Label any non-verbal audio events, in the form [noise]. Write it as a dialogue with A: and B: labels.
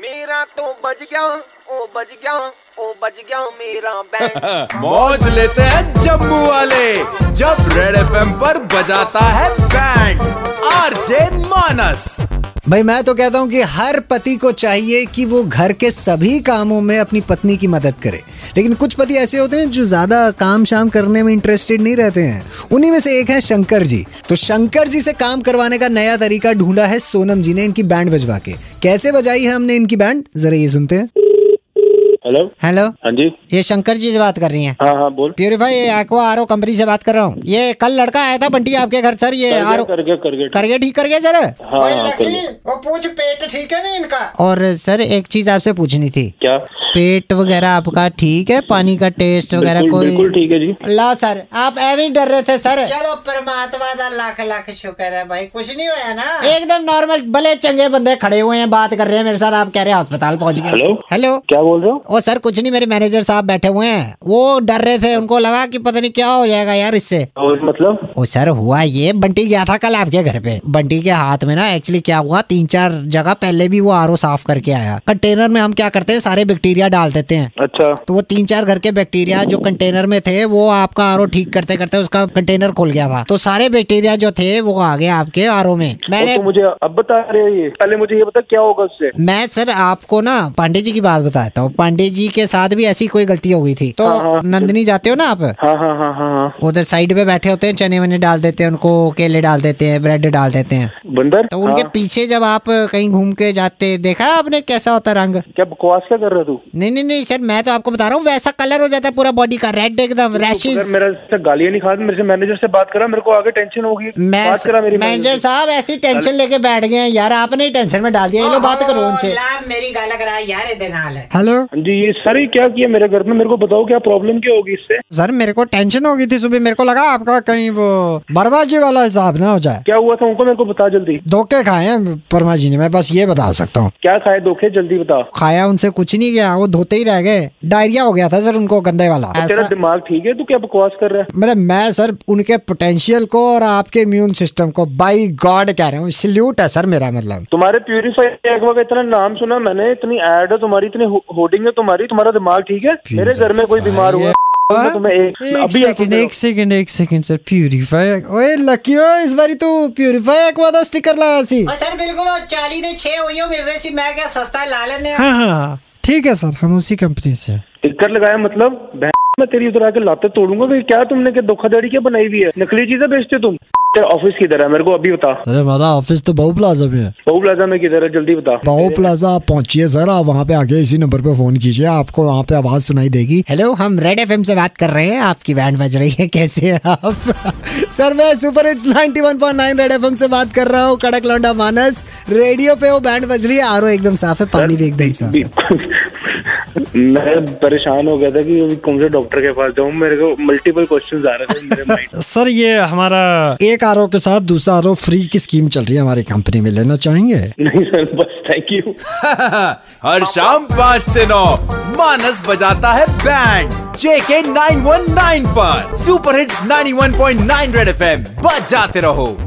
A: मेरा तो बज गया ओ बज गया ओ बज गया मेरा बैंड
B: मौज लेते हैं जम्मू वाले जब रेड एफएम पर बजाता है बैंड आरजे मानस
C: भाई मैं तो कहता हूँ कि हर पति को चाहिए कि वो घर के सभी कामों में अपनी पत्नी की मदद करे लेकिन कुछ पति ऐसे होते हैं जो ज्यादा काम शाम करने में इंटरेस्टेड नहीं रहते हैं उन्हीं में से एक है शंकर जी तो शंकर जी से काम करवाने का नया तरीका ढूंढा है सोनम जी ने इनकी बैंड बजवा के कैसे बजाई है हमने इनकी बैंड जरा ये सुनते हैं
D: हेलो
E: हेलो
D: हाँ जी
E: ये शंकर जी से बात कर रही हैं
D: हाँ हाँ बोल
E: प्यूरिफाई एक्वा आर कंपनी से बात कर रहा हूँ ये कल लड़का आया था बंटी आपके घर सर ये आर
D: कर गया कर गया
E: करके ठीक कर गया सर
D: हाँ हाँ कर गया
F: वो पूछ पेट ठीक है ना इनका
E: और सर एक चीज आपसे पूछनी थी
D: क्या
E: पेट वगैरह आपका ठीक है पानी का टेस्ट वगैरह
D: बिल्कुल बिल्कुल
E: कोई
D: ठीक है जी
E: ला सर आप ऐवे ही डर रहे थे सर
F: चलो परमात्मा का लाख लाख शुक्र है भाई कुछ नहीं होया ना
E: एकदम नॉर्मल भले चंगे बंदे खड़े हुए हैं बात कर रहे हैं मेरे साथ आप कह रहे हैं अस्पताल पहुंच गए
D: हेलो?
E: हेलो
D: क्या बोल रहे हो
E: ओ सर कुछ नहीं मेरे मैनेजर साहब बैठे हुए हैं वो डर रहे थे उनको लगा कि पता नहीं क्या हो जाएगा यार इससे
D: और मतलब
E: ओ सर हुआ ये बंटी गया था कल आपके घर पे बंटी के हाथ में ना एक्चुअली क्या हुआ तीन चार जगह पहले भी वो आर साफ करके आया कंटेनर में हम क्या करते हैं सारे बैक्टीरिया डाल देते हैं
D: अच्छा
E: तो वो तीन चार घर के बैक्टीरिया जो कंटेनर में थे वो आपका आर ठीक करते करते उसका कंटेनर खुल गया था तो सारे बैक्टीरिया जो थे वो आ गए आपके आर में
D: वो
E: मैंने
D: तो मुझे अब बता रहे हो ये पहले मुझे ये बता क्या होगा उससे
E: मैं सर आपको ना पांडे जी की बात बताता हूँ पांडे जी के साथ भी ऐसी कोई गलती हो गई थी तो
D: हाँ।
E: नंदनी जाते हो ना आप
D: हाँ हाँ हाँ हाँ हाँ
E: उधर साइड पे बैठे होते हैं चने वने डाल देते हैं उनको केले डाल देते हैं ब्रेड डाल देते हैं
D: बंदर
E: तो उनके
D: हाँ।
E: पीछे जब आप कहीं घूम के जाते देखा आपने कैसा होता रंग
D: क्या बकवास क्या कर रहा तू
E: नहीं नहीं नहीं सर मैं तो आपको बता रहा हूँ वैसा कलर हो जाता है पूरा बॉडी का रेड एकदम
D: तो अगर
E: रैशेस
D: मेरा इससे गालियां नहीं खा रहा, मेरे से मैनेजर से बात करा मेरे को आगे टेंशन होगी बात करा
E: मैं
D: मेरी
E: मैनेजर
D: मैनेजर से
E: साहब ऐसी टेंशन लेके बैठ गए हैं यार आपने ही टेंशन में डाल दिया ये लो बात करो उनसे
F: लाभ मेरी गाल करा यार दे नाल है
E: हेलो
D: हाँ जी ये सर ये क्या किया मेरे घर में मेरे को बताओ क्या प्रॉब्लम क्या होगी इससे
E: सर मेरे को टेंशन हो गई थी सुबह मेरे को लगा आपका कहीं वो बर्मा जी वाला हिसाब ना हो जाए
D: क्या हुआ था उनको मेरे को बता जल्दी
E: धोखे खाए हैं परमा जी ने मैं बस ये बता सकता हूँ
D: क्या खाए धोखे जल्दी बता
E: खाया उनसे कुछ नहीं गया वो धोते ही रह गए डायरिया हो गया था सर उनको गंदे वाला
D: तेरा दिमाग ठीक है तू क्या बकवास कर रहा है
E: मतलब मैं सर उनके पोटेंशियल को और आपके इम्यून सिस्टम को बाई गॉड कह रहा हूँ सल्यूट है सर मेरा मतलब
D: तुम्हारे प्यूरिफाई एक्वा का इतना नाम सुना मैंने इतनी एड है तुम्हारी इतनी हो- होर्डिंग है तुम्हारी तुम्हारा दिमाग ठीक है मेरे घर में कोई बीमार हुआ तो मैं तुम्हें एक
E: एक
D: अभी
E: सेकंड एक सेकंड एक सेकंड सर प्यूरिफाई ओए लकी हो इस बारी तू प्यूरिफाई एक्वा का स्टिकर लगा सी
F: और सर बिल्कुल और चाली दे छे हुई हो मिल रही सी मैं क्या सस्ता ला लेने
E: हाँ हाँ ठीक है सर हम उसी कंपनी से हैं।
D: टिकट लगाया मतलब बहन, मैं तेरी उधर आके लाते तोड़ूंगा कि क्या तुमने क्या धोखाधड़ी क्या बनाई हुई है नकली चीजें बेचते हो तुम तेरा ऑफिस किधर है मेरे को अभी बता
E: सर हमारा ऑफिस तो बहु प्लाजा में है
D: बहु प्लाजा में किधर है जल्दी बता
C: बाओ प्लाजा आप पहुंचिए सर आप वहाँ पे आके इसी नंबर पे फोन कीजिए आपको वहाँ पे आवाज सुनाई देगी
E: हेलो हम रेड एफएम से बात कर रहे हैं आपकी बैंड बज रही है कैसे हैं आप [laughs] सर मैं सुपर हिट्स 91.9 रेड एफएम से बात कर रहा हूँ कड़क लौंडा मानस रेडियो पे वो बैंड बज रही है आरो एकदम साफ है पानी भी एकदम साफ है
D: मैं परेशान हो गया था कि अभी कौन से डॉक्टर के पास जाऊँ मेरे को मल्टीपल क्वेश्चन आ रहे थे मेरे माइंड
G: सर ये हमारा
C: एक आरओ के साथ दूसरा आरओ फ्री की स्कीम चल रही है हमारी कंपनी में लेना चाहेंगे
D: [laughs] नहीं सर बस थैंक यू
B: हर शाम पाँच से नौ मानस बजाता है बैंड जेके 919 पर सुपर हिट्स 91.9 रेड एफएम बजाते रहो